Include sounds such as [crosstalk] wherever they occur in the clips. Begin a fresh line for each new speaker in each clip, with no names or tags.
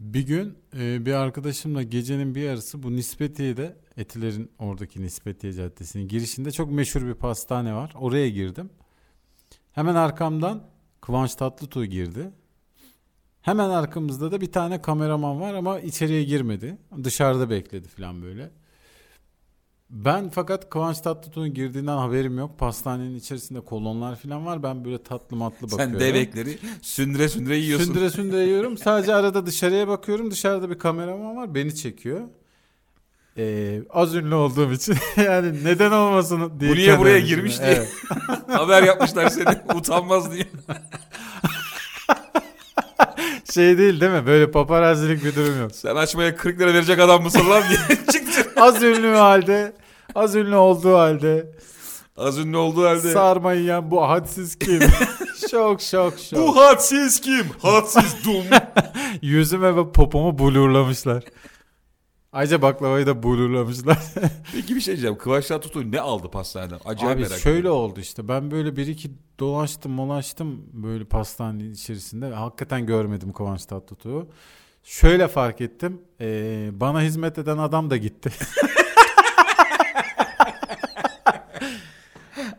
Bir gün e, bir arkadaşımla gecenin bir yarısı bu Nispetiye'de Etiler'in oradaki Nispetiye Caddesi'nin girişinde çok meşhur bir pastane var. Oraya girdim. Hemen arkamdan Kıvanç Tatlıtuğ girdi. Hemen arkamızda da bir tane kameraman var ama içeriye girmedi. Dışarıda bekledi falan böyle. Ben fakat Kıvanç Tatlıtuğ'un girdiğinden haberim yok. Pastanenin içerisinde kolonlar falan var. Ben böyle tatlı matlı bakıyorum.
Sen dev ekleri sündüre sündüre yiyorsun.
Sündüre sündüre yiyorum. Sadece arada dışarıya bakıyorum. Dışarıda bir kameraman var. Beni çekiyor. Ee, az ünlü olduğum için [laughs] yani neden olmasın diye.
Bu niye buraya
kenarım
girmiş
içine.
diye. [laughs]
Evet.
Haber yapmışlar seni [laughs] utanmaz diye.
Şey değil değil mi? Böyle paparazilik bir durum yok.
Sen açmaya 40 lira verecek adam mısın lan diye [laughs] çıktı.
Az ünlü halde az ünlü olduğu halde,
Az ünlü olduğu halde.
sarma yiyen bu hadsiz
[laughs]
kim? şok şok şok.
bu hadsiz kim? Hadsiz dum. [laughs]
Yüzüme ve popomu bulurlamışlar. Ayrıca baklavayı da bulurlamışlar.
Peki bir şey diyeceğim. Kıvanç Tatlıtuğ ne aldı pastaneden? Acayip
Abi
merak
şöyle
ediyorum.
oldu işte ben böyle bir iki dolaştım molaştım böyle pastanenin içerisinde hakikaten görmedim Kıvanç Tatlıtuğ'u. Şöyle fark ettim ee, bana hizmet eden adam da gitti.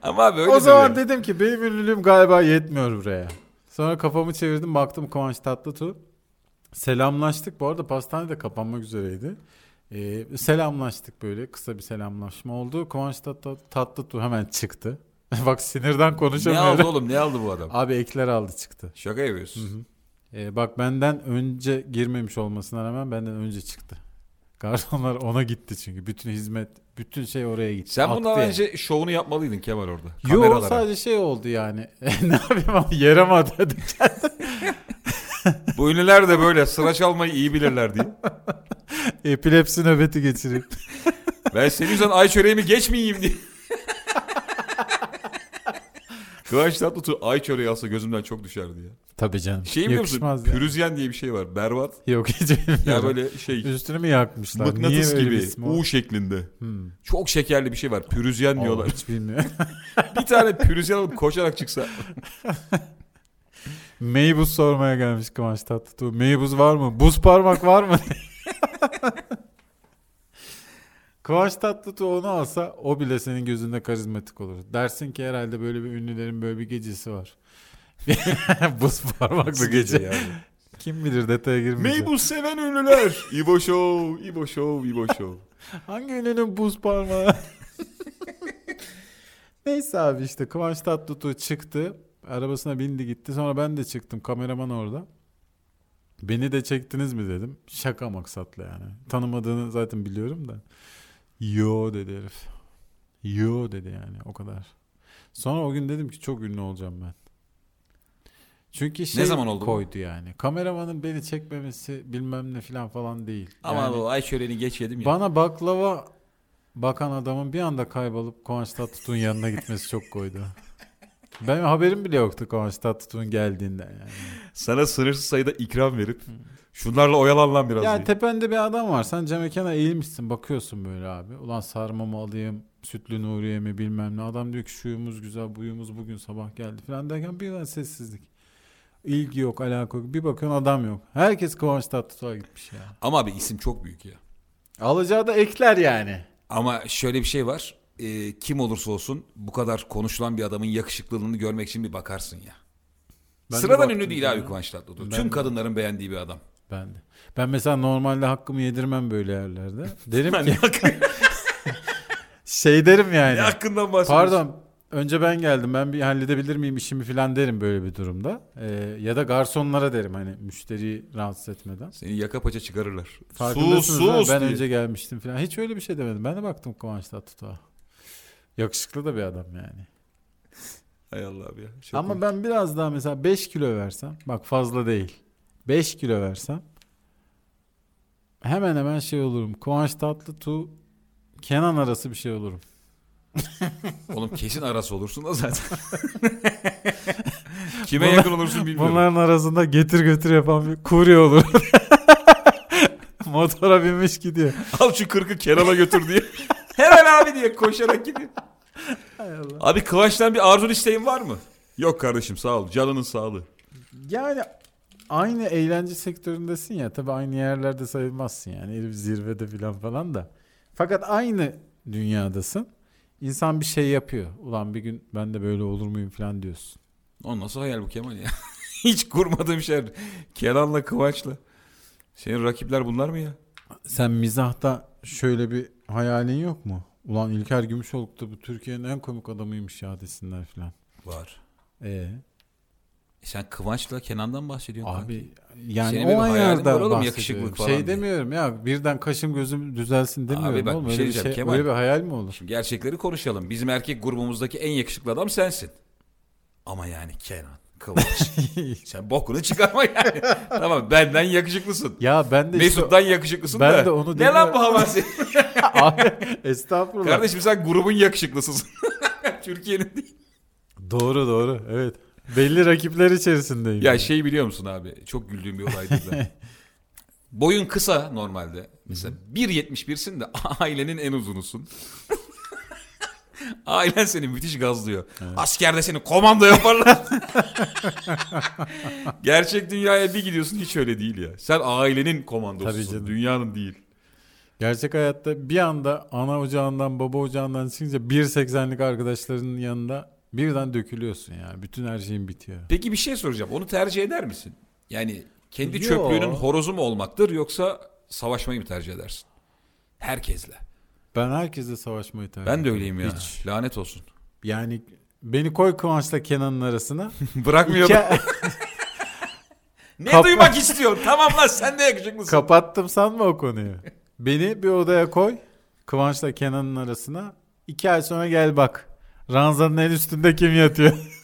Ama abi öyle
[laughs] o zaman
de...
dedim ki benim ünlülüğüm galiba yetmiyor buraya. Sonra kafamı çevirdim baktım Kıvanç Tatlıtuğ. Selamlaştık bu arada pastane de kapanmak üzereydi. Ee, selamlaştık böyle kısa bir selamlaşma oldu. Kıvanç Tatlı- Tatlıtuğ hemen çıktı. [laughs] Bak sinirden
Ne aldı
konuşamıyorum.
oğlum ne aldı bu
[laughs]
adam?
Abi ekler aldı çıktı.
Şaka yapıyorsun.
Ee, bak benden önce girmemiş olmasına rağmen benden önce çıktı. [laughs] Garsonlar ona gitti çünkü. Bütün hizmet, bütün şey oraya gitti.
Sen bundan
Aktı yani.
önce şovunu yapmalıydın Kemal orada.
Yo
Kameralara.
sadece şey oldu yani. [laughs] E, ne yapayım abi yere mi atadım?
Bu ünlüler de böyle sıra çalmayı iyi bilirler diye.
[laughs] Epilepsi nöbeti geçireyim.
[laughs] Ben senin yüzünden ay çöreğimi geçmeyeyim diye. Kıvanç Tatlıtuğ ay çöreği alsa gözümden çok düşerdi ya.
Tabii canım.
Şey biliyor musun?
Yakışmaz ya.
Pürüzyen diye bir şey var. Berbat.
Yok hiç
Ya
bilmiyorum.
böyle şey
Üstünü mü yakmışlar? Niye
mıknatıs
böyle bir
gibi
ismi o?
U şeklinde.
Hmm.
Çok şekerli bir şey var. Pürüzyen
Allah,
diyorlar.
hiç
[laughs]
bilmiyorum.
bir tane pürüzyen alıp koşarak
[laughs]
çıksa.
Meybuz sormaya gelmiş Kıvanç Tatlıtuğ. Meybuz var mı? Buz parmak var mı? [laughs] Kıvanç Tatlıtuğ onu alsa o bile senin gözünde karizmatik olur. Dersin ki herhalde böyle bir ünlülerin böyle bir gecesi var. [laughs] Buz parmaklı gece.
yani.
Kim bilir detaya girmeyeceğim.
Mabel seven ünlüler. İbo Show, İbo Show, İbo Show.
Hangi ünlünün buz parmağı? [laughs] Neyse abi işte Kıvanç Tatlıtuğ çıktı. Arabasına bindi gitti. Sonra ben de çıktım. Kameraman orada. Beni de çektiniz mi dedim. Şaka maksatlı yani. Tanımadığını zaten biliyorum da. Yo dedi herif. Yo dedi yani o kadar. Sonra o gün dedim ki çok ünlü olacağım ben. Çünkü şey
zaman oldu bu?
koydu yani. Kameramanın beni çekmemesi bilmem ne filan falan değil. Yani-
ay çöreğini geç yedim
bana baklava bakan adamın bir anda kaybolup Kıvanç Tatlıtuğ'un yanına gitmesi çok koydu. Benim haberim bile yoktu Kıvanç Tatlıtuğ'un geldiğinden yani.
Sana sınırsız sayıda ikram verip şunlarla oyalan lan biraz
Yani
diye.
tepende bir adam var. Sen Cem Eken'e eğilmişsin bakıyorsun böyle abi. Ulan sarma mı alayım, sütlü Nuriye mi bilmem ne. Adam diyor ki şuyumuz güzel, buyumuz bugün sabah geldi falan derken bir an sessizlik. İlgi yok, alaka yok. Bir bakıyorsun adam yok. Herkes Kıvanç Tatlıtuğ'a gitmiş ya.
Ama abi isim çok büyük ya.
Alacağı da ekler yani.
Ama şöyle bir şey var. Ee, kim olursa olsun bu kadar konuşulan bir adamın yakışıklılığını görmek için bir bakarsın ya.
Ben de
Sıradan
baktım
ünlü değil
sonra.
abi Kıvanç Tatlıtuğ.
Ben de.
Tüm kadınların beğendiği bir adam.
Ben de. Ben mesela normalde hakkımı yedirmem
[laughs]
böyle yerlerde. Derim ki [laughs] şey derim yani.
Ne hakkından bahsediyorsun?
Pardon. Önce ben geldim. Ben bir halledebilir miyim işimi falan derim böyle bir durumda. Ee, ya da garsonlara derim hani müşteriyi rahatsız etmeden.
Seni yaka paça çıkarırlar.
Farkındasınız değil mi? Ben
diye.
önce gelmiştim falan. Hiç öyle bir şey demedim. Ben de baktım Kıvanç Tatlıtuğ'a. Yakışıklı da bir adam yani.
Hay Allah'ım ya. Çok
Ama
iyi.
ben biraz daha mesela 5 kilo versem bak fazla değil. 5 kilo versem hemen hemen şey olurum. Kıvanç Tatlıtuğ Kenan arası bir şey olurum.
Oğlum kesin arası olursun da
[laughs]
zaten. Kime yakın olursun bilmiyorum.
Bunların arasında getir götür yapan bir kurye olurum. [laughs] Motora binmiş gidiyor.
Al şu kırkı Kenan'a götür
[laughs]
diye. Hemen abi diye koşarak gidiyor. Abi Kıvanç'tan bir arzun isteğin var mı? Yok kardeşim sağ ol. Canının sağlığı.
Yani aynı eğlence sektöründesin ya tabii aynı yerlerde sayılmazsın yani herif zirvede filan falan da. Fakat aynı dünyadasın. İnsan bir şey yapıyor. Ulan bir gün ben de böyle olur muyum falan diyorsun.
O nasıl hayal bu Kemal ya? [laughs] Hiç kurmadığım şey. Kenan'la Kıvanç'la. Senin rakipler bunlar mı ya?
Sen mizahta şöyle bir hayalin yok mu? Ulan İlker Gümüşoluk da bu Türkiye'nin en komik adamıymış ya desinler filan.
Var.
Ee,
E sen Kıvanç'la Kenan'dan bahsediyorsun. kanka.
abi yani
Senin benim
o
hayalim var
ayarda
oğlum,
bahsediyorum.
yakışıklık
şey
falan diye.
demiyorum ya birden kaşım gözüm düzelsin demiyorum
Abi bak,
oğlum.
bir şey
öyle, bir
diyeceğim,
şey,
Kemal.
öyle bir hayal mi olur?
Şimdi gerçekleri konuşalım. Bizim erkek grubumuzdaki en yakışıklı adam sensin. Ama yani Kenan,
[laughs]
Kıvanç. sen bokunu çıkarma yani. tamam benden yakışıklısın.
Ya ben de işte-
Mesut'tan yakışıklısın
ben
da.
de onu
ne lan
demiyorum.
bu
[laughs]
havası? [laughs]
Abi, Estağfurullah.
Kardeşim sen grubun yakışıklısısın. [laughs] Türkiye'nin değil.
Doğru doğru evet. Belli rakipler içerisindeyim.
Ya şey biliyor musun abi? Çok güldüğüm bir olaydı
[laughs]
da. Boyun kısa normalde. Mesela 1.71'sin de [laughs] ailenin en uzunusun. [laughs] Ailen seni müthiş gazlıyor. Askerde seni komando yaparlar. [laughs] Gerçek dünyaya bir gidiyorsun hiç öyle değil ya. Sen ailenin
Tabii
komandosusun.
canım.
Dünyanın değil.
Gerçek hayatta bir anda ana ocağından baba ocağından çıkınca 1.80'lik arkadaşlarının yanında birden dökülüyorsun ya. Bütün her şeyin bitiyor.
Peki bir şey soracağım. Onu tercih eder misin? Yani kendi
Yo.
çöplüğünün horozu mu olmaktır yoksa savaşmayı mı tercih edersin? Herkesle.
Ben herkesle savaşmayı tercih
Ben de
ediyorum.
öyleyim ya.
Hiç.
Lanet olsun. [laughs]
Yani beni koy Kıvanç'la Kenan'ın
[laughs]
arasına.
Bırakmıyor.
İki-
da- Ne
Kapa-
duymak istiyorsun? Tamam lan sen de yakışıklısın.
Kapattım sanma o konuyu. Beni bir odaya koy. Kıvanç'la Kenan'ın arasına. İki ay sonra gel bak. Ranzanın en üstünde kim yatıyor? [laughs]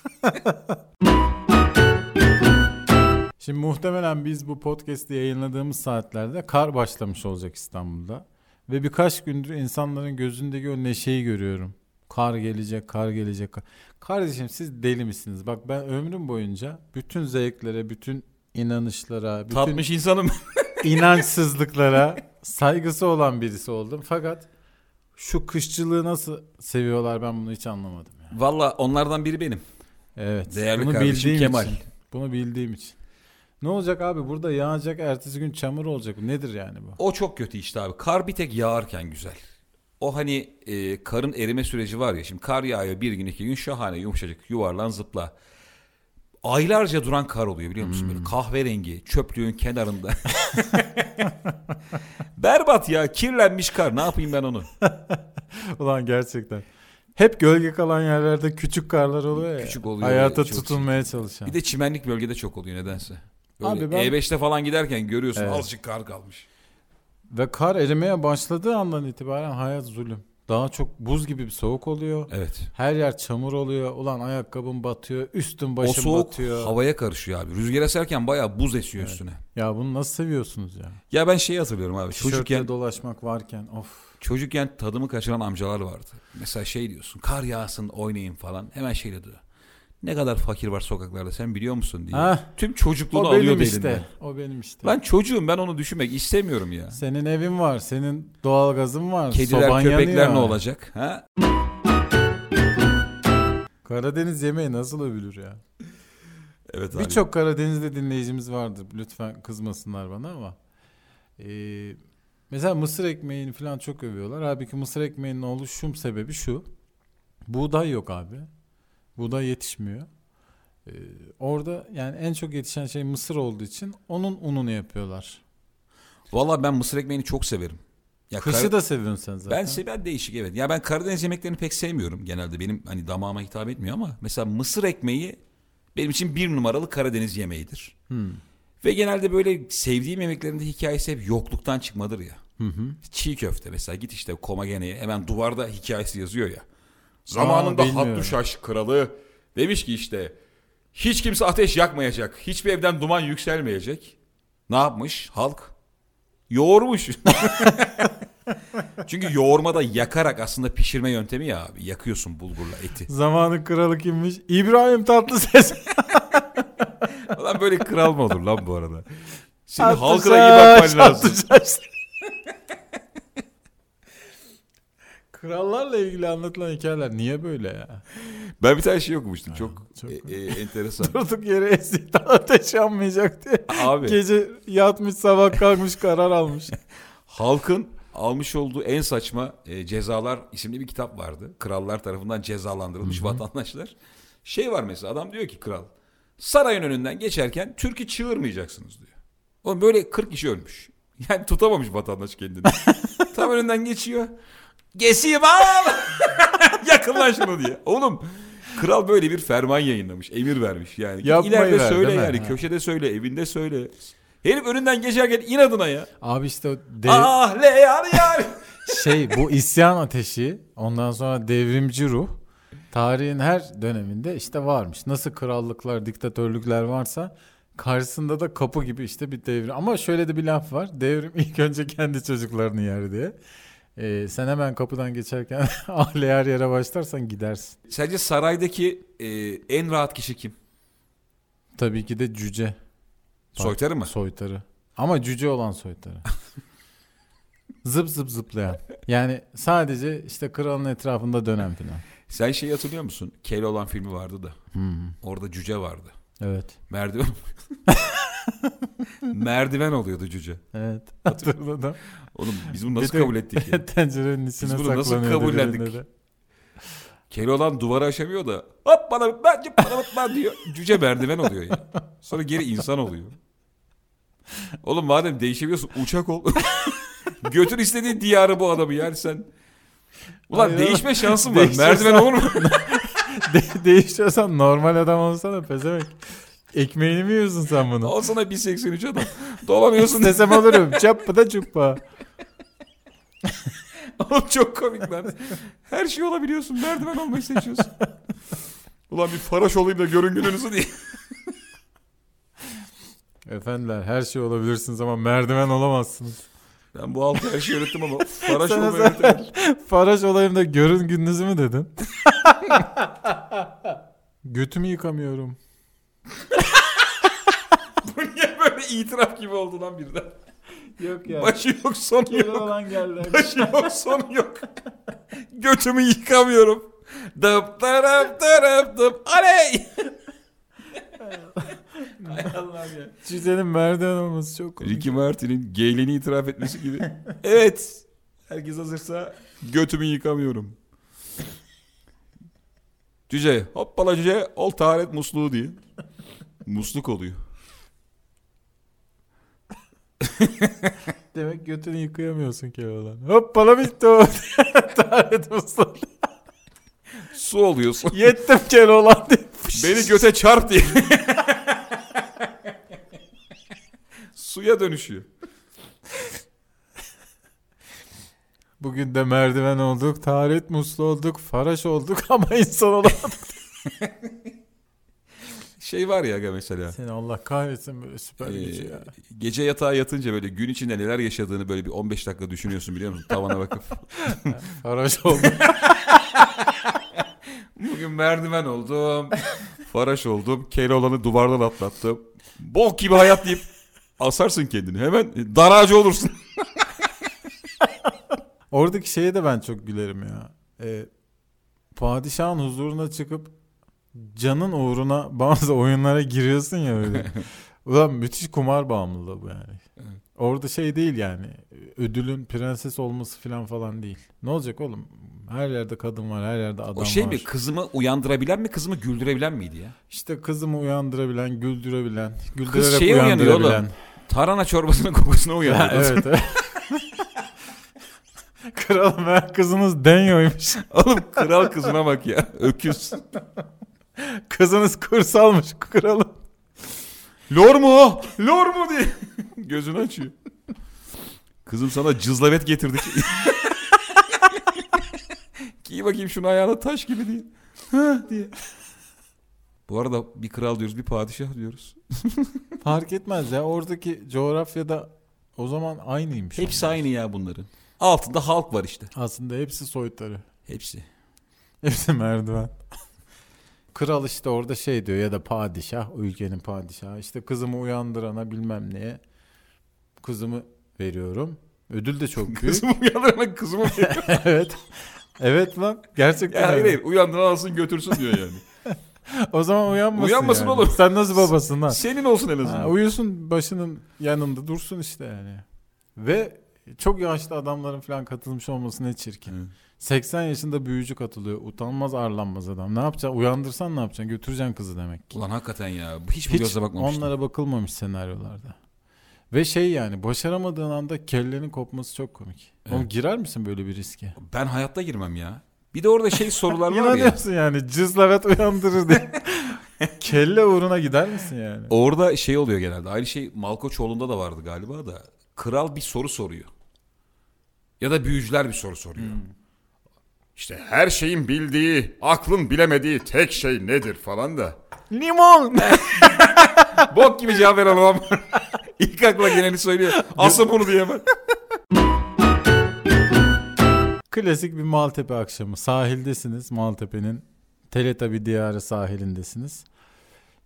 Şimdi muhtemelen biz bu podcast'i yayınladığımız saatlerde kar başlamış olacak İstanbul'da. Ve birkaç gündür insanların gözündeki o neşeyi görüyorum. Kar gelecek, kar gelecek. kar- Kardeşim siz deli misiniz? Bak ben ömrüm boyunca bütün zevklere, bütün inanışlara, bütün
Tatmış insanım.
inançsızlıklara saygısı olan birisi oldum. Fakat şu kışçılığı nasıl seviyorlar ben bunu hiç anlamadım. ya.
[laughs] Valla onlardan biri benim.
Evet.
Değerli
bunu
kardeşim
bildiğim
Kemal.
Için, bunu bildiğim için. Ne olacak abi burada yağacak ertesi gün çamur olacak. Nedir yani bu?
O çok kötü işte abi. Kar bir tek yağarken güzel. O hani e, karın erime süreci var ya. Şimdi kar yağıyor bir gün iki gün şahane yumuşacık yuvarlan zıpla. Aylarca duran kar oluyor biliyor musun? Böyle kahverengi çöplüğün kenarında. [laughs] Berbat ya kirlenmiş kar ne yapayım ben onu?
[laughs] Ulan gerçekten. Hep gölge kalan yerlerde küçük karlar oluyor ya.
Küçük oluyor,
Hayata
çok
tutunmaya çalışan.
Bir de çimenlik bölgede çok oluyor nedense. Böyle
Abi ben-
E5'te falan giderken görüyorsun
Evet.
azıcık kar kalmış.
Ve kar erimeye başladığı andan itibaren hayat zulüm. Daha çok buz gibi bir soğuk oluyor.
Evet.
Her yer çamur oluyor. Ulan ayakkabım batıyor. Üstüm
O
başım
soğuk
batıyor.
havaya karışıyor abi. Rüzgar eserken bayağı buz esiyor üstüne.
Ya bunu nasıl seviyorsunuz ya?
Ya ben şeyi hatırlıyorum abi.
Çocukken
E, Çocukken
dolaşmak varken of.
çocukken tadımı kaçıran amcalar vardı. Mesela şey diyorsun. Kar yağsın oynayın falan. Hemen şey dedi. Ne kadar fakir var sokaklarda sen biliyor musun diye.
Ha,
Tüm çocukluğunu
o
alıyor
benim
işte.
işte. O benim işte.
Ben çocuğum ben onu düşünmek istemiyorum ya.
Senin evin var, senin doğalgazın var. soban
Kediler köpekler
yanıyor.
ne olacak? Ha?
Karadeniz yemeği nasıl övülür ya?
Evet abi.
Birçok Karadeniz'de dinleyicimiz vardır. Lütfen kızmasınlar bana ama. Ee, mesela mısır ekmeğini falan çok övüyorlar. Halbuki mısır ekmeğinin oluşum sebebi şu. Buğday yok abi. Buğday yetişmiyor. Ee, orada yani en çok yetişen şey mısır olduğu için onun ununu yapıyorlar.
Valla ben mısır ekmeğini çok severim. Ya
Kışı
kar-
da seviyorsun sen zaten.
Ben seven değişik evet. Ya ben Karadeniz yemeklerini pek sevmiyorum genelde. Benim hani damağıma hitap etmiyor ama mesela mısır ekmeği benim için bir numaralı Karadeniz yemeğidir.
Hmm.
Ve genelde böyle sevdiğim yemeklerinde hikayesi hep yokluktan çıkmadır ya.
Hı hı.
Çiğ köfte mesela git işte Komagene'ye hemen duvarda hikayesi yazıyor ya. Zamanında
bilmiyorum.
Hattuşaş kralı demiş ki işte hiç kimse ateş yakmayacak. Hiçbir evden duman yükselmeyecek. Ne yapmış halk? Yoğurmuş. [laughs] Çünkü yoğurmada yakarak aslında pişirme yöntemi ya abi. Yakıyorsun bulgurla eti.
Zamanın kralı kimmiş? İbrahim Tatlıses.
Lan böyle kral mı olur lan bu arada? Senin
Hattuşaş,
[laughs] halkına iyi bakman lazım.
Hattuşaş. Krallarla ilgili anlatılan hikayeler niye böyle ya?
Ben bir tane şey okumuştum. Çok,
çok-
e, e, enteresan.
Durduk yere ezikten ateş yanmayacak diye.
Abi
Gece yatmış sabah kalkmış
[laughs]
karar almış.
halkın almış olduğu en saçma e, cezalar isimli bir kitap vardı. Krallar tarafından cezalandırılmış vatandaşlar. Şey var mesela adam diyor ki kral sarayın önünden geçerken türkü çığırmayacaksınız diyor. Oğlum böyle 40 kişi ölmüş. [laughs] Yani tutamamış vatandaş
[laughs]
kendini. Tam önünden geçiyor. Gesiyim al. [laughs] Yakınlan şunu diye. Oğlum kral böyle bir ferman yayınlamış. Emir vermiş yani. Git
Yapmayı
ileride
ver,
söyle
değil mi?
yani.
Ha.
Köşede söyle. Evinde söyle. Herif önünden geçerken inadına ya.
Abi işte o dev-
Ah le yar yar.
şey bu isyan ateşi ondan sonra devrimci ruh tarihin her döneminde işte varmış. Nasıl krallıklar, diktatörlükler varsa karşısında da kapı gibi işte bir devrim. Ama şöyle de bir laf var. Devrim [laughs] ilk önce kendi çocuklarını yer diye. Ee, sen hemen kapıdan geçerken [laughs] ahle yer yere başlarsan gidersin.
Sence saraydaki e, en rahat kişi kim?
Tabii ki de cüce
Soytarı mı?
soytarı. Ama cüce olan soytarı. zıp zıp zıplayan. Yani sadece işte kralın etrafında dönen filan.
Sen şeyi hatırlıyor musun? Kel olan filmi vardı da. Orada cüce vardı.
Evet.
Merdiven. [laughs] Merdiven oluyordu cüce.
Evet. [laughs] Hatırladım.
Oğlum biz bunu nasıl
Bir de-
kabul ettik
[laughs]
ya?
Tencerenin içine
bunu nasıl
saklanıyordu
kabullendik?
ürünleri.
Kel olan duvarı aşamıyor da hop bana bitmez, cıp bana bitmez diyor. Cüce merdiven oluyor ya. Sonra geri insan oluyor. Oğlum madem değişemiyorsun uçak ol. [laughs] Götür istediğin diyarı bu adamı yani sen. Ulan
Hayır,
değişme şansın var.
Değiştirsen-
Merdiven olur mu?
[laughs] De- değişiyorsan normal adam olsana pezevenk. Ekmeğini mi yiyorsun
[laughs]
sen bunu?
Al sana 183 adam.
[laughs]
Dolanıyorsun.
İstesem alırım. Çappa da çuppa.
Oğlum çok komik lan. Her şey olabiliyorsun. Merdiven olmayı seçiyorsun. Ulan bir faraş olayım da görün gününüzü diye.
Efendiler her şey olabilirsiniz ama merdiven olamazsınız.
Ben bu altı her şeyi öğrettim ama faraş
Sana-
olmayı öğretemedim.
Faraş olayım da görün gününüzü
[laughs]
mü dedin? Götümü yıkamıyorum.
Bu niye böyle itiraf gibi oldu lan birden?
Yok
Başı yok sonu yok.
olan geldi.
Başı yok sonu yok. Götümü yıkamıyorum. Dıp darap darap dıp aley. Hay Allah'ım ya.
Cücenin merdiven olması çok komik.
Ricky Martin'in geyleni itiraf etmesi gibi.
[laughs]
evet. Herkes hazırsa götümü yıkamıyorum. Cüce hoppala cüce ol taharet musluğu diye. Musluk oluyor.
Demek götünü yıkayamıyorsun Keloğlan. Hoppala bitti o. [laughs] Taharet musluğu.
Su oluyorsun.
Yettim Keloğlan diye. [laughs]
Beni göte çarp diye. [laughs] Suya dönüşüyor.
Bugün de merdiven olduk, taharet muslu olduk, faraş olduk [laughs] ama insan olamadık.
Şey var ya aga mesela.
[laughs] Seni Allah kahretsin böyle süper
e,
gücü ya.
gece yatağa yatınca böyle gün içinde neler yaşadığını böyle bir 15 dakika düşünüyorsun biliyor musun? Tavana bakıp.
Faraş olduk. [laughs]
Bugün merdiven oldum. Faraş oldum. Keloğlan'ı duvardan atlattım. Bok gibi hayat deyip asarsın kendini. Hemen daracı olursun.
Oradaki şeye de ben çok gülerim ya. Ee, padişahın huzuruna çıkıp canın uğruna [laughs] bazı oyunlara giriyorsun ya [laughs] öyle. Ulan müthiş kumar bağımlılığı bu yani.
Evet.
Orada şey değil yani ödülün prenses olması falan falan değil. Ne olacak oğlum? Her yerde kadın var, her yerde adam
O şey
var.
mi kızımı uyandırabilen mi kızımı güldürebilen miydi ya?
İşte kızımı uyandırabilen, güldürebilen, güldürerek
Kız şeye uyanıyor
uyandırabilen.
oğlum. Tarhana çorbasının kokusuna
Ha,
uyanıyor. [laughs]
[laughs] evet. [laughs] evet. Kralım her kızınız Denyo'ymuş. [laughs]
Oğlum kral kızına bak ya. Öküz.
Kızınız kırsalmış kralım.
Lor mu o? Lor mu diye. [laughs] Gözünü açıyor. Kızım sana cızlavet getirdik. [laughs] Giy bakayım şunu ayağına taş gibi diye. Hah diye. Bu arada bir kral diyoruz bir padişah diyoruz.
Fark etmez ya oradaki coğrafyada o zaman aynıymış.
Hepsi aynı ya bunların. Altında halk var işte.
Aslında hepsi soyutları.
Hepsi.
Hepsi merdiven. [laughs] Kral işte orada şey diyor ya da padişah, ülkenin padişahı. İşte kızımı uyandırana bilmem neye
[laughs]
kızımı veriyorum. Ödül de çok büyük. [laughs]
Kızımı uyandıran kızımı
evet. Evet lan gerçekten.
Ya hayır
öyle.
hayır uyandıran alsın götürsün diyor
[laughs]
yani.
O zaman uyanmasın.
Uyanmasın
yani.
oğlum.
Sen nasıl
[laughs]
babasın lan?
Senin olsun en azından.
Ha, uyusun başının yanında dursun işte yani. Ve çok yaşlı adamların falan katılmış olması ne çirkin.
Hı.
80 yaşında büyücü katılıyor. Utanmaz arlanmaz adam. Ne yapacaksın? Uyandırsan ne yapacaksın? Götüreceksin kızı demek ki.
Ulan hakikaten ya hiç, bu
Hiç
gözle bakmamıştım.
onlara bakılmamış senaryolarda. Ve şey yani başaramadığın anda kellenin kopması çok komik. Oğlum
Evet.
girer misin böyle bir riske?
Ben hayatta girmem ya. Bir de orada şey
[laughs]
sorular var ya.
İnanıyorsun yani cızlavet uyandırır diye. Kelle uğruna gider misin yani?
Orada şey oluyor genelde. Aynı şey Malkoçoğlu'nda da vardı galiba da. Kral bir soru soruyor. Ya da büyücüler bir soru soruyor. İşte her şeyin bildiği, aklın bilemediği tek şey nedir falan [laughs] da.
Limon!
Bok gibi cevap veren adam [laughs] var. İlk akla geleni söylüyor. Asıl bunu diye bak.
[laughs] Klasik bir Maltepe akşamı. Sahildesiniz. Maltepe'nin Teletabi diyarı sahilindesiniz.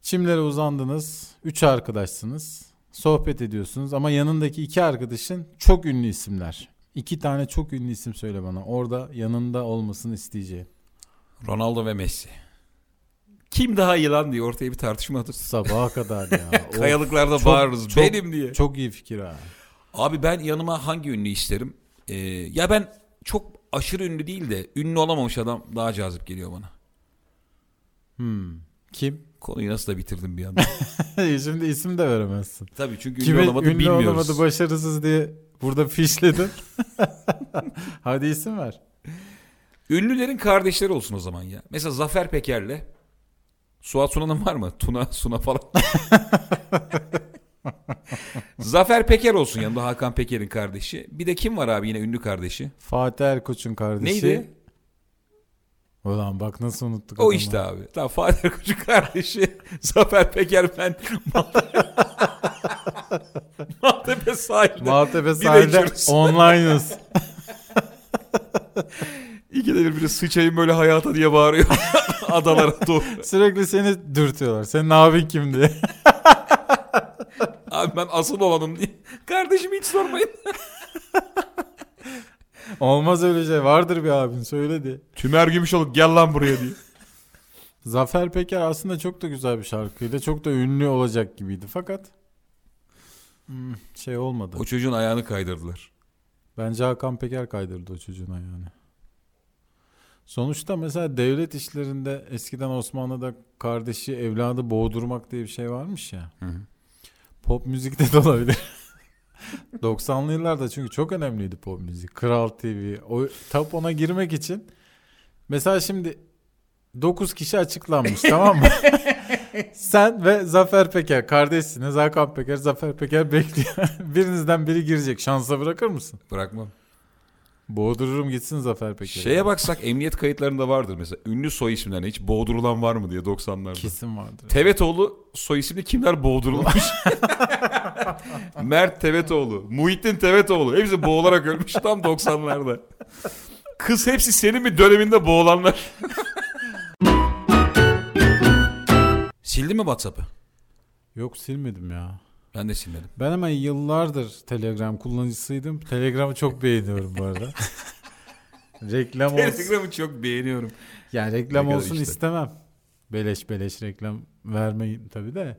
Çimlere uzandınız. Üç arkadaşsınız. Sohbet ediyorsunuz ama yanındaki iki arkadaşın çok ünlü isimler. İki tane çok ünlü isim söyle bana. Orada yanında olmasını isteyeceğim.
Ronaldo ve Messi. Kim daha iyi lan diye ortaya bir tartışma atırsın.
Sabaha
[laughs]
kadar ya. Of,
Kayalıklarda
çok-
bağırırız
çok-
benim diye.
Çok iyi fikir ha.
Abi ben yanıma hangi ünlü isterim? Ee, ya ben çok aşırı ünlü değil de ünlü olamamış adam daha cazip geliyor bana.
Hmm. Kim? [laughs]
Konuyu nasıl da bitirdim bir anda.
Şimdi isim de veremezsin.
[laughs] Tabii çünkü ünlü
Kime
olamadı
ünlü
bilmiyoruz.
olamadı başarısız diye burada fişledim. [laughs] Hadi isim ver.
Ünlülerin kardeşleri olsun o zaman ya. Mesela Zafer Peker'le Suat Sunan'ın var mı? Tuna, Suna
[laughs]
falan. Zafer Peker olsun yanında Hakan Peker'in kardeşi. Bir de kim var abi yine ünlü kardeşi?
Fatih Erkoç'un kardeşi.
Neydi?
Ulan bak nasıl unuttuk
O
adamı.
işte abi. Tamam Fatih Koç'un kardeşi [laughs] Zafer Peker [laughs] ben Maltepe sahilde.
Maltepe
de [laughs]
sahilde
içiyoruz.
online'ız.
İkide bir biri sıçayım böyle hayata diye [laughs] bağırıyor. Adalara doğru.
Sürekli seni dürtüyorlar. Senin abin kim diye.
Abi ben asıl olanım diye. Kardeşimi hiç sormayın.
[laughs] Olmaz öyle şey. Vardır bir abin söyle diye.
Tümer Gümüşoluk gel lan buraya diye.
[laughs] Zafer Peker aslında çok da güzel bir şarkıydı. Çok da ünlü olacak gibiydi fakat hmm, şey olmadı.
O çocuğun ayağını kaydırdılar.
Bence Hakan Peker kaydırdı o çocuğuna yani. Sonuçta mesela devlet işlerinde eskiden Osmanlı'da kardeşi evladı boğdurmak diye bir şey varmış ya.
Hı hı.
Pop müzikte de [laughs] olabilir. 90'lı yıllarda çünkü çok önemliydi pop müzik. Kral TV. O top ona girmek için mesela şimdi 9 kişi
[laughs]
açıklanmış tamam mı? Sen ve Zafer Peker kardeşsiniz. Hakan Peker, Zafer Peker bekliyor. [laughs] Birinizden biri girecek. Şansa bırakır mısın?
Bırakmam.
Boğdururum gitsin Zafer Peker.
Şeye baksak emniyet kayıtlarında vardır mesela. Ünlü soy isimlerine hiç boğdurulan var mı diye 90'larda.
Kesin vardır.
Tevetoğlu soy isimli kimler boğdurulmuş? Mert Tevetoğlu, Muhittin Tevetoğlu. Hepsi boğularak ölmüş tam 90'larda. Kız hepsi senin bir döneminde boğulanlar. Sildi mi WhatsApp'ı?
Yok silmedim ya.
Ben de silmedim.
Ben ama yıllardır Telegram kullanıcısıydım. Telegram'ı çok beğeniyorum
[laughs]
bu arada. reklam olsun.
Telegram'ı çok beğeniyorum.
Yani reklam
Telegram
olsun
işte.
istemem. Beleş beleş reklam vermeyin tabii de.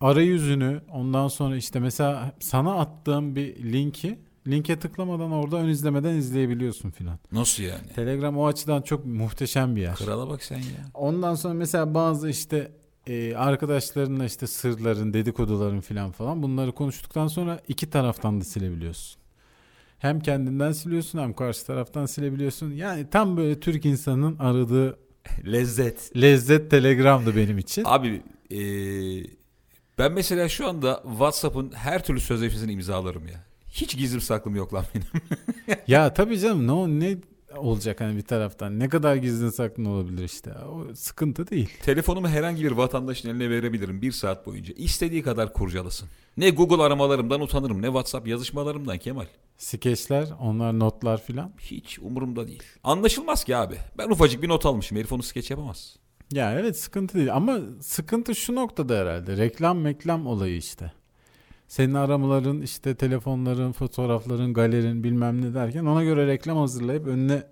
Arayüzünü ondan sonra işte mesela sana attığım bir linki linke tıklamadan orada ön izlemeden izleyebiliyorsun filan.
Nasıl yani?
Telegram o açıdan çok muhteşem bir yer.
Krala bak sen ya.
Ondan sonra mesela bazı işte e, arkadaşlarınla işte sırların, dedikoduların filan falan bunları konuştuktan sonra iki taraftan da silebiliyorsun. Hem kendinden siliyorsun hem karşı taraftan silebiliyorsun. Yani tam böyle Türk insanının aradığı
Lezzet.
lezzet telegramdı
[laughs]
benim için.
Abi eee, ben mesela şu anda WhatsApp'ın her türlü sözleşmesini imzalarım ya. Hiç gizlim saklım yok lan benim.
ya tabii canım ne, o- ne olacak hani bir taraftan ne kadar gizlin saklın olabilir işte o sıkıntı değil.
Telefonumu herhangi bir vatandaşın eline verebilirim bir saat boyunca. İstediği kadar kurcalasın. Ne Google aramalarımdan utanırım ne WhatsApp yazışmalarımdan Kemal.
Skeçler onlar notlar filan.
Hiç umurumda değil. Anlaşılmaz ki abi. Ben ufacık bir not almışım. Herif onu skeç
[laughs]
yapamaz.
Ya evet sıkıntı değil ama sıkıntı şu noktada herhalde reklam meklam olayı işte. Senin aramaların işte telefonların fotoğrafların galerin bilmem ne derken ona göre reklam hazırlayıp önüne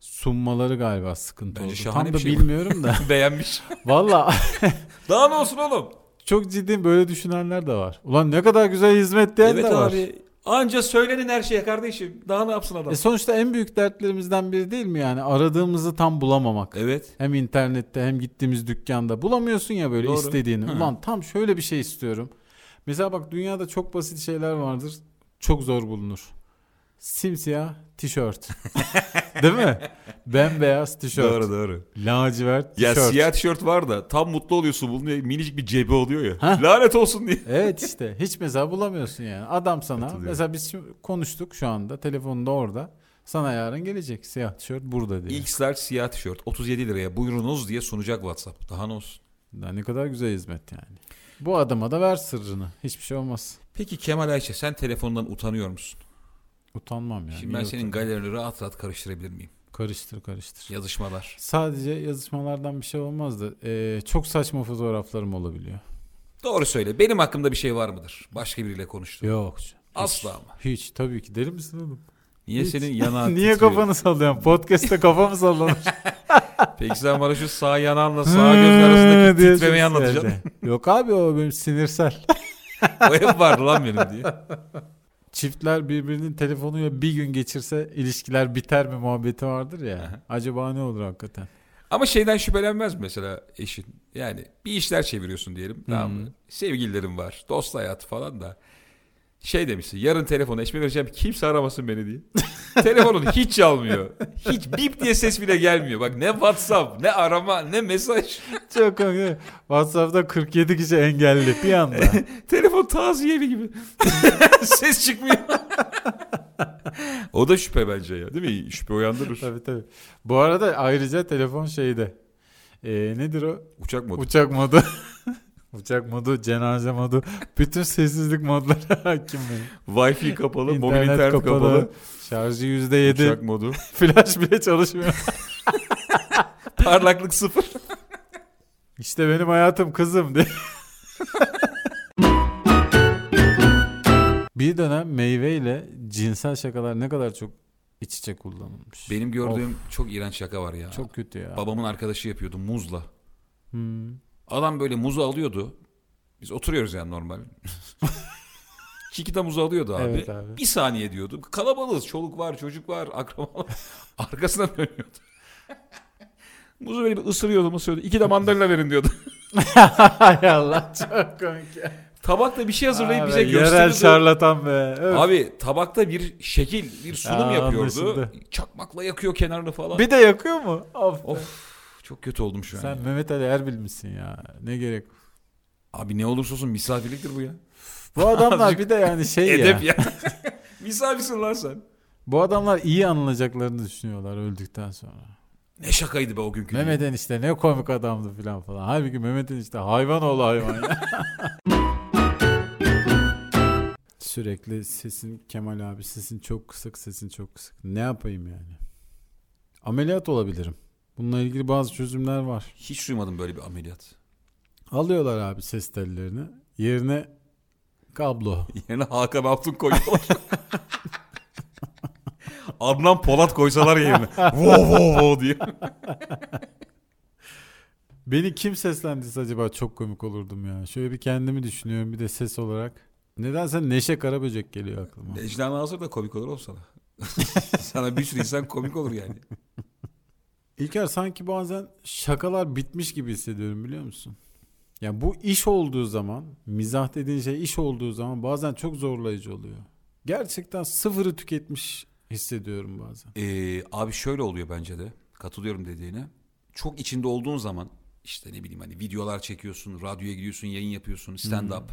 sunmaları galiba sıkıntı
Bence
oldu.
şahane
Tam
bir
da
şey bu. [laughs]
bilmiyorum da.
Beğenmiş.
Valla
Daha ne olsun oğlum?
çok ciddi böyle düşünenler de var. Ulan ne kadar güzel hizmet diyen
evet
de var.
abi. Anca söylenin her şeye kardeşim. Daha ne yapsın adam?
E sonuçta en büyük dertlerimizden biri değil mi yani aradığımızı tam bulamamak.
Evet.
Hem internette hem gittiğimiz dükkanda bulamıyorsun ya böyle
Doğru.
istediğini.
Hı.
Ulan tam şöyle bir şey istiyorum. Mesela bak dünyada çok basit şeyler vardır. Çok zor bulunur. Simsiyah
[laughs]
tişört. değil mi? Bembeyaz tişört.
Doğru doğru.
Lacivert
Ya
tişört.
siyah tişört var da tam mutlu oluyorsun bunun diye minicik bir cebi oluyor ya.
Ha?
Lanet olsun diye.
Evet işte hiç mesela bulamıyorsun yani. Adam sana
Katılıyorum.
mesela biz şimdi konuştuk şu anda telefonda orada. Sana yarın gelecek siyah tişört burada diye.
X'ler siyah tişört 37 liraya buyurunuz diye sunacak WhatsApp. Daha ne olsun?
Ya ne kadar güzel hizmet yani. Bu adama da ver sırrını. Hiçbir şey olmaz.
Peki Kemal Ayşe sen telefondan utanıyor musun?
Utanmam yani.
Şimdi ben
Niye
senin
utanayım?
galerini rahat rahat karıştırabilir miyim?
Karıştır karıştır.
Yazışmalar.
Sadece yazışmalardan bir şey olmaz da eee, çok saçma fotoğraflarım olabiliyor.
Doğru söyle. Benim hakkımda bir şey var mıdır? Başka biriyle konuştun.
Yok.
Asla ama.
Hiç tabii ki. Deli misin oğlum?
Niye
Hiç.
senin yanağın
[laughs] Niye
titriyor?
kafanı sallıyorsun? Podcast'te kafa mı sallanır?
Peki sen bana şu sağ yanağınla [laughs]
[laughs]
sağ göz arasındaki
diye şey
titremeyi
ses
anlatacaksın.
geldi. Yok abi o benim sinirsel.
[laughs] o hep vardı lan benim diye.
çiftler birbirinin telefonuyla bir gün geçirse ilişkiler biter mi muhabbeti vardır
Aha.
ya. Acaba ne olur hakikaten?
Ama şeyden şüphelenmez mi mesela eşin. Yani bir işler çeviriyorsun diyelim. Tamam mı? Sevgililerim var. Dost hayatı falan da. Şey demişsin yarın telefonu eşime vereceğim kimse aramasın beni diye. Telefonun hiç çalmıyor. Hiç bip diye ses bile gelmiyor. Bak ne WhatsApp ne arama ne mesaj.
Çok komik. WhatsApp'ta 47 kişi engelli bir anda.
Telefon taziyeli gibi. [laughs] ses çıkmıyor. o da şüphe bence ya değil mi? Şüphe uyandırır.
tabii tabii. Bu arada ayrıca telefon şeyde. Ee, nedir o?
Uçak modu.
Uçak modu. [laughs] Uçak modu, cenaze modu. Bütün sessizlik modları [laughs] hakim benim.
Wi-Fi kapalı, mobil internet kapalı.
Şarjı
Uçak
%7.
modu.
[laughs] Flash bile çalışmıyor.
Parlaklık sıfır.
işte benim hayatım kızım diye. [laughs] Bir dönem meyveyle cinsel şakalar ne kadar çok iç içe kullanılmış.
Benim gördüğüm çok iğrenç şaka var ya.
Çok kötü ya.
Babamın arkadaşı yapıyordu muzla.
Hmm.
Adam böyle muzu alıyordu. Biz oturuyoruz yani
[laughs]
normal. Çikita muzu alıyordu abi.
Evet abi. [laughs]
Bir saniye diyordu. Kalabalığız. Çoluk var, çocuk var, [laughs] akrabalar. Arkasına dönüyordu. Muzu böyle bir ısırıyordu, ısırıyordu. İki de mandalina verin diyordu. [laughs]
Hay Allah çok komik ya.
Tabakta bir şey hazırlayıp
Abi,
bize
Yerel
gösteriyordu.
şarlatan be. Öf.
Abi tabakta bir şekil, bir sunum
Aa,
yapıyordu.
anlaşıldı.
Çakmakla yakıyor kenarını falan.
Bir de yakıyor mu? Of. be.
Of çok kötü oldum şu an.
Sen Mehmet Ali Erbil misin ya? Ne gerek?
Abi ne olursa olsun misafirliktir bu ya.
[laughs] Bu adamlar
Azıcık
bir de yani şey ya.
Edep ya. [laughs] Misafirsin lan sen.
Bu adamlar iyi anılacaklarını düşünüyorlar öldükten sonra.
Ne şakaydı be o günkü.
Mehmet enişte ne komik adamdı filan falan. Halbuki Mehmet enişte hayvan oğlu hayvan ya. [laughs] Sürekli sesin Kemal abi sesin çok kısık sesin çok kısık. Ne yapayım yani? Ameliyat olabilirim. Bununla ilgili bazı çözümler var.
Hiç duymadım böyle bir ameliyat. [laughs]
Alıyorlar abi ses tellerini. Yerine kablo.
Yerine Hakan Altun koyuyorlar. [laughs] Adnan Polat koysalar yerine. Vo vo vo diye.
Beni kim seslendirse acaba çok komik olurdum ya. Şöyle bir kendimi düşünüyorum bir de ses olarak. Nedense Neşe Karaböcek geliyor aklıma.
Necla Nazır da komik olur oğlum sana. [laughs] sana bir sürü insan komik olur yani.
İlker sanki bazen şakalar bitmiş gibi hissediyorum biliyor musun? Yani bu iş olduğu zaman, mizah dediğin şey iş olduğu zaman bazen çok zorlayıcı oluyor. Gerçekten sıfırı tüketmiş hissediyorum bazen.
Ee, abi şöyle oluyor bence de. Katılıyorum dediğine. Çok içinde olduğun zaman işte ne bileyim hani videolar çekiyorsun, radyoya gidiyorsun, yayın yapıyorsun, stand up.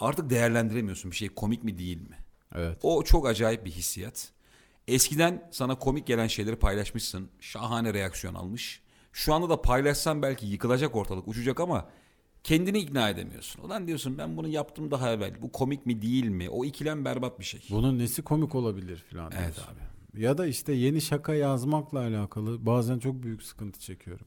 Artık değerlendiremiyorsun bir şey komik mi değil mi?
Evet.
O çok acayip bir hissiyat. Eskiden sana komik gelen şeyleri paylaşmışsın. Şahane reaksiyon almış. Şu anda da paylaşsan belki yıkılacak ortalık, uçacak ama kendini ikna edemiyorsun. Ulan diyorsun ben bunu yaptım daha evvel. Bu komik mi değil mi? O ikilem berbat bir şey.
Bunun nesi komik olabilir filan.
Evet
diyorsun. Ya da işte yeni şaka yazmakla alakalı bazen çok büyük sıkıntı çekiyorum.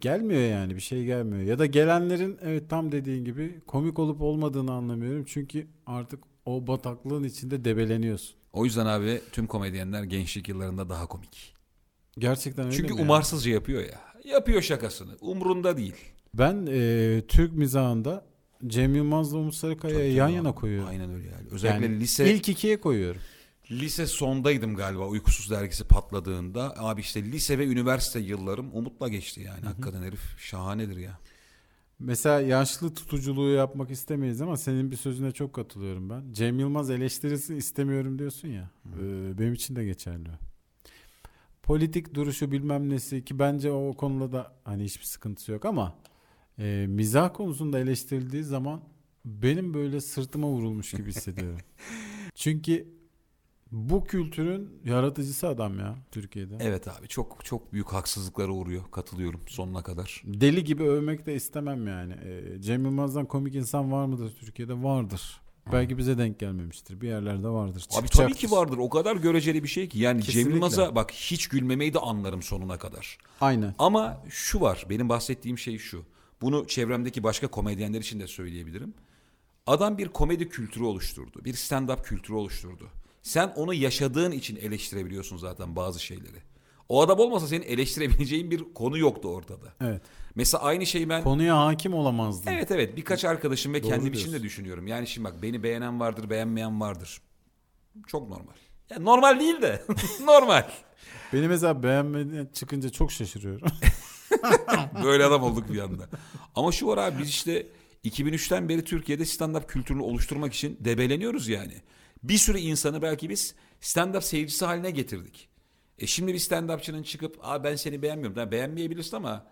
Gelmiyor yani bir şey gelmiyor. Ya da gelenlerin evet tam dediğin gibi komik olup olmadığını anlamıyorum. Çünkü artık o bataklığın içinde debeleniyorsun.
O yüzden abi tüm komedyenler gençlik yıllarında daha komik.
Gerçekten öyle
Çünkü
mi ya?
umarsızca yapıyor ya. Yapıyor şakasını. Umrunda değil.
Ben e, Türk mizahında Cem Yılmaz'la Umut Sarıkaya'yı E, yan yana koyuyorum.
Aynen öyle yani. Özellikle
Yani
lise
ilk ikiye koyuyorum.
lise sondaydım galiba Uykusuz dergisi patladığında. Abi işte lise ve üniversite yıllarım Umut'la geçti yani. Hakikaten herif şahanedir ya.
Mesela yaşlı tutuculuğu yapmak istemeyiz ama senin bir sözüne çok katılıyorum ben. Cem Yılmaz eleştirisi istemiyorum diyorsun ya. e, benim için de geçerli. o. Politik duruşu bilmem nesi ki bence o konuda da hani hiçbir sıkıntısı yok ama e, mizah konusunda eleştirildiği zaman benim böyle sırtıma vurulmuş gibi hissediyorum. Çünkü bu kültürün yaratıcısı adam ya Türkiye'de.
Evet abi çok çok büyük haksızlıklara uğruyor. Katılıyorum sonuna kadar.
Deli gibi övmek de istemem yani. Ee, Cem Yılmaz'dan komik insan var mıdır Türkiye'de? Vardır. Belki bize denk gelmemiştir. Bir yerlerde vardır.
Abi tabii
Çıkacaktır.
ki vardır. O kadar göreceli bir şey ki. Yani Cemil
Kesinlikle.
Yılmaz'a bak hiç gülmemeyi de anlarım sonuna kadar.
Aynen.
Ama şu var. Benim bahsettiğim şey şu. Bunu çevremdeki başka komedyenler için de söyleyebilirim. Adam bir komedi kültürü oluşturdu. Bir stand-up kültürü oluşturdu. Sen onu yaşadığın için eleştirebiliyorsun zaten bazı şeyleri. O adam olmasa senin eleştirebileceğin bir konu yoktu ortada.
Evet.
Mesela aynı şeyi ben
Konuya hakim olamazdın.
Evet evet birkaç arkadaşım ve
Doğru
kendim için
diyorsun.
de düşünüyorum. Yani şimdi bak beni beğenen vardır beğenmeyen vardır. Çok normal. Ya normal değil de [laughs] normal.
Beni mesela beğenmeden çıkınca çok şaşırıyorum.
Böyle adam olduk bir anda. Ama şu var abi biz işte 2003'ten beri Türkiye'de stand-up kültürünü oluşturmak için debeleniyoruz yani. Bir sürü insanı belki biz stand-up seyircisi haline getirdik. E şimdi bir stand-upçının çıkıp Aa ben seni beğenmiyorum. Yani beğenmeyebilirsin ama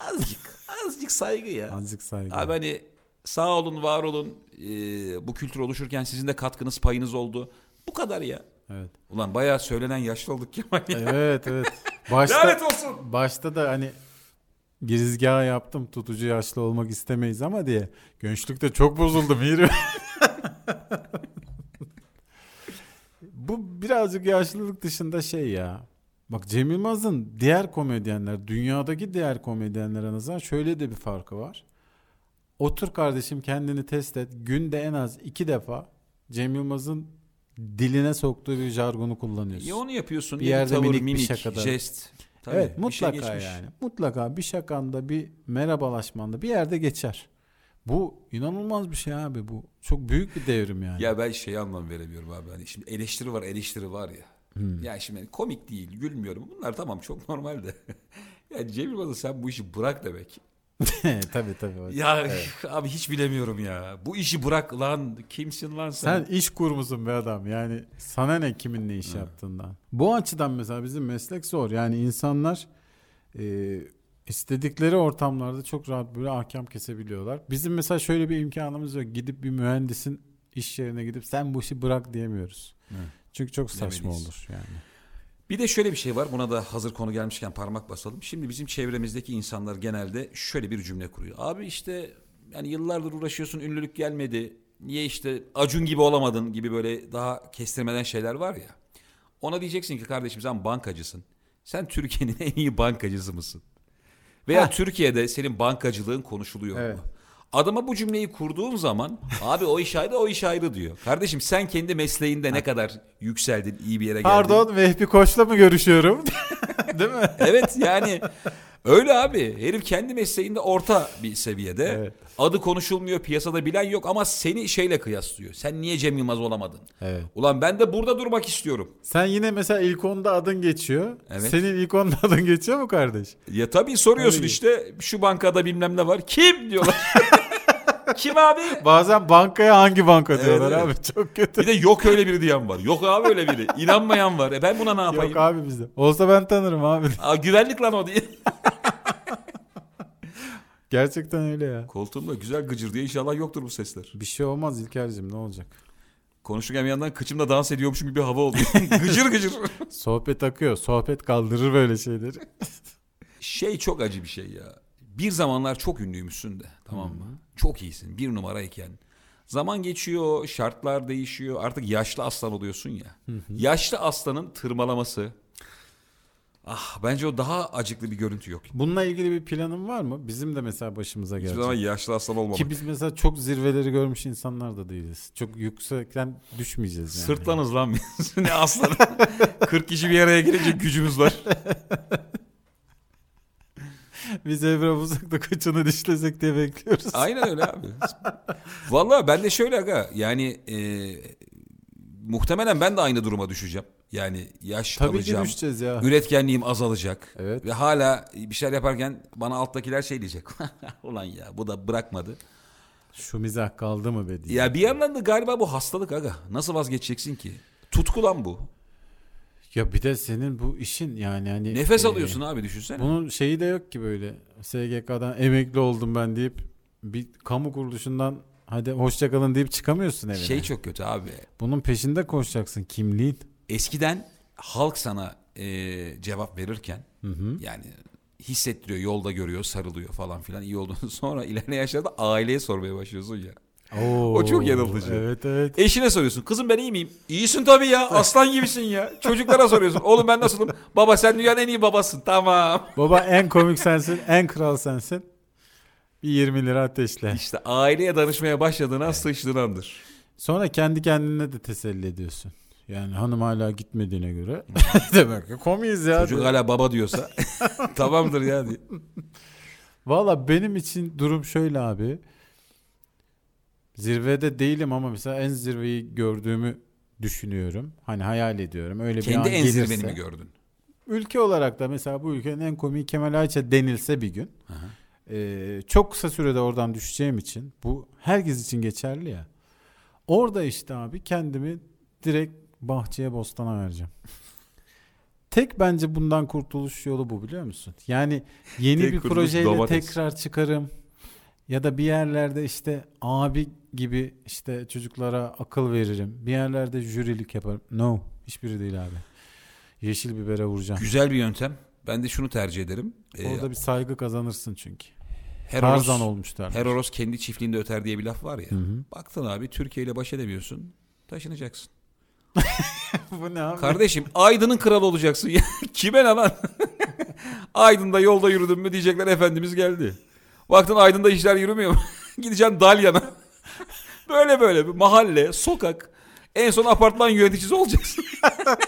azıcık azıcık saygı ya.
[laughs] Azıcık saygı.
Abi hani sağ olun, var olun. Ee, bu kültür oluşurken sizin de katkınız, payınız oldu. Bu kadar ya.
Evet.
Ulan bayağı söylenen yaşlı olduk Kemal. ya. [laughs]
Evet evet. Başta,
Lanet olsun.
başta da hani girizgah yaptım tutucu yaşlı olmak istemeyiz ama diye. Gençlikte çok bozuldum. yürü. [laughs] Bu birazcık yaşlılık dışında şey ya. Bak Cem Yılmaz'ın diğer komedyenler, dünyadaki diğer komedyenlere nazaran şöyle de bir farkı var. Otur kardeşim kendini test et. Günde en az iki defa Cem Yılmaz'ın diline soktuğu bir jargonu kullanıyorsun.
Ya onu yapıyorsun.
Bir
ya
yerde
tavır,
minik bir
mimik,
şakada.
jest. Tabii,
evet
bir şey
mutlaka
geçmiş.
yani. Mutlaka bir şakanda bir merhabalaşmanda bir yerde geçer. Bu inanılmaz bir şey abi bu. Çok büyük bir devrim yani.
Ya ben şey anlam veremiyorum abi. Hani şimdi eleştiri var, eleştiri var ya. Ya şimdi hani komik değil, gülmüyorum. Bunlar tamam çok normal de. [laughs] ya Cem Yılmaz'a sen bu işi bırak demek.
[laughs] tabii tabii. hocam.
Ya [laughs] abi hiç bilemiyorum ya. Bu işi bırak lan. Kimsin lan sen?
Sen iş kurmuşsun be adam. Yani sana ne kimin ne iş yaptığından. Bu açıdan mesela bizim meslek zor. Yani insanlar e, istedikleri ortamlarda çok rahat böyle ahkam kesebiliyorlar. Bizim mesela şöyle bir imkanımız yok. Gidip bir mühendisin iş yerine gidip sen bu işi bırak diyemiyoruz.
Evet.
Çünkü çok saçma
Bilemeyiz.
olur yani.
Bir de şöyle bir şey var. Buna da hazır konu gelmişken parmak basalım. Şimdi bizim çevremizdeki insanlar genelde şöyle bir cümle kuruyor. Abi işte yani yıllardır uğraşıyorsun ünlülük gelmedi. Niye işte Acun gibi olamadın gibi böyle daha kestirmeden şeyler var ya. Ona diyeceksin ki kardeşim sen bankacısın. Sen Türkiye'nin [laughs] en iyi bankacısı mısın? Veya Türkiye'de senin bankacılığın konuşuluyor
Evet.
mu? Adama bu cümleyi kurduğum zaman abi o iş ayrı o iş ayrı diyor. Kardeşim sen kendi mesleğinde ne kadar yükseldin iyi bir yere geldin.
Pardon Vehbi Koç'la mı görüşüyorum? [laughs] Değil mi?
evet yani öyle abi. Herif kendi mesleğinde orta bir seviyede.
Evet.
Adı konuşulmuyor, piyasada bilen yok ama seni şeyle kıyaslıyor. Sen niye Cem Yılmaz olamadın?
Evet.
Ulan ben de burada durmak istiyorum.
Sen yine mesela ilk onda adın geçiyor.
Evet.
Senin ilk onda adın geçiyor mu kardeş?
Ya tabii soruyorsun
Tabii.
işte şu bankada bilmem ne var. Kim
[laughs]
diyorlar. Kim abi?
Bazen bankaya hangi banka diyorlar
evet.
abi çok kötü.
Bir de yok öyle biri diyen var. Yok abi öyle biri. İnanmayan var. E ben buna ne yapayım?
[laughs] Yok abi bizde. Olsa ben tanırım abi. [laughs]
Aa, güvenlik lan o diye.
Gerçekten öyle ya.
Koltuğumda güzel gıcır diye inşallah yoktur bu sesler.
Bir şey olmaz İlker'cim ne [laughs] olacak?
Konuşurken bir yandan kıçımda dans ediyormuşum gibi bir hava oldu. [laughs] gıcır gıcır.
Sohbet akıyor. Sohbet kaldırır böyle şeyleri.
Şey çok acı bir şey ya. Bir zamanlar çok ünlüymüşsün de tamam mı? Çok iyisin bir numarayken. Zaman geçiyor, şartlar değişiyor. Artık yaşlı aslan oluyorsun ya. Yaşlı aslanın tırmalaması. Ah bence o daha acıklı bir görüntü yok.
Bununla ilgili bir planın var mı? Bizim de mesela başımıza
Hiçbir
gelecek.
zaman yaşlı aslan olmamak.
Ki biz mesela çok zirveleri görmüş insanlar da değiliz. Çok yüksekten düşmeyeceğiz yani.
Sırtlanız lan biz. [laughs] ne aslanı. 40 kişi bir araya gelince gücümüz
[laughs]
var.
Biz evre bulsak da kaçını dişlesek diye bekliyoruz.
Aynen öyle abi. Vallahi ben de şöyle aga yani e, muhtemelen ben de aynı duruma düşeceğim. Yani yaş
Tabii ki
alacağım.
düşeceğiz ya.
Üretkenliğim azalacak.
Ah. Evet.
Ve hala bir şeyler yaparken bana alttakiler şey diyecek. [laughs] Ulan ya bu da bırakmadı.
Şu mizah kaldı mı be diye.
Ya bir yandan da galiba bu hastalık aga. Nasıl vazgeçeceksin ki? Tutku lan bu.
Ya bir de senin bu işin yani hani
Nefes
e,
alıyorsun abi düşünsene.
Bunun şeyi de yok ki böyle SGK'dan emekli oldum ben deyip bir kamu kuruluşundan hadi hoşçakalın deyip çıkamıyorsun evine.
Şey çok kötü abi.
Bunun peşinde koşacaksın kimliğin.
Eskiden halk sana e, cevap verirken yani hissettiriyor, yolda görüyor, sarılıyor falan filan iyi olduğunu [laughs] sonra ilerleyen yaşlarda aileye sormaya başlıyorsun ya.
Oo,
O çok yanıltıcı.
Evet evet.
Eşine soruyorsun. Kızım ben iyi miyim? İyisin tabii ya. Aslan gibisin ya. Çocuklara soruyorsun. Oğlum ben nasılım? Baba sen dünyanın en iyi babasın. Tamam.
Baba en komik sensin, en kral sensin. Bir 20 lira ateşle.
İşte aileye danışmaya başladığına sıçtığın andır.
Sonra kendi kendine de teselli ediyorsun. Yani hanım hala gitmediğine göre [laughs] demek ki komiyiz ya.
Çocuk hala baba
[laughs]
diyorsa tamamdır ya diye.
Valla benim için durum şöyle abi. Zirvede değilim ama mesela en zirveyi gördüğümü düşünüyorum. Hani hayal ediyorum. Öyle
Kendi
bir an
en
gelirse.
zirveni mi gördün?
Ülke olarak da mesela bu ülkenin en komiği Kemal Ayça denilse bir gün. e, çok kısa sürede oradan düşeceğim için bu herkes için geçerli ya. Orada işte abi kendimi direkt bahçeye bostana vereceğim. Tek bence bundan kurtuluş yolu bu biliyor musun? Yani yeni
Tek
bir
kurtuluş
projeyle
domates.
tekrar çıkarım. Ya da bir yerlerde işte abi gibi işte çocuklara akıl veririm. Bir yerlerde jürilik yaparım. No. Hiçbiri değil abi. Yeşil bibere vuracağım.
Güzel bir yöntem. Ben de şunu tercih ederim. Ee,
Orada bir saygı kazanırsın çünkü.
Herodos,
Tarzan olmuşlar.
Herodos kendi çiftliğinde öter diye bir laf var ya. Baktın abi Türkiye ile baş edemiyorsun. Taşınacaksın.
[laughs] bu ne abi?
Kardeşim Aydın'ın kralı olacaksın. [laughs] Ya, Kime ne lan? Aydın'da yolda yürüdün mü diyecekler Efendimiz geldi. Baktın Aydın'da işler yürümüyor mu? [laughs] Gideceksin Dalyan'a. [laughs] böyle böyle bir mahalle, sokak. En son apartman yöneticisi olacaksın.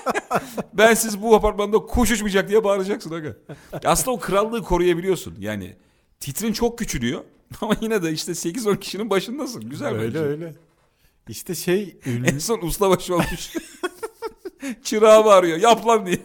[laughs] ben siz bu apartmanda kuş uçmayacak diye bağıracaksın. Aga. Aslında o krallığı koruyabiliyorsun. Yani titrin çok küçülüyor. [laughs] Ama yine de işte 8-10 kişinin başındasın. Güzel
öyle
bence.
öyle. İşte şey
[laughs]
ünlü
En son ustabaşı olmuş. Çırağı bağırıyor. Yap lan diye.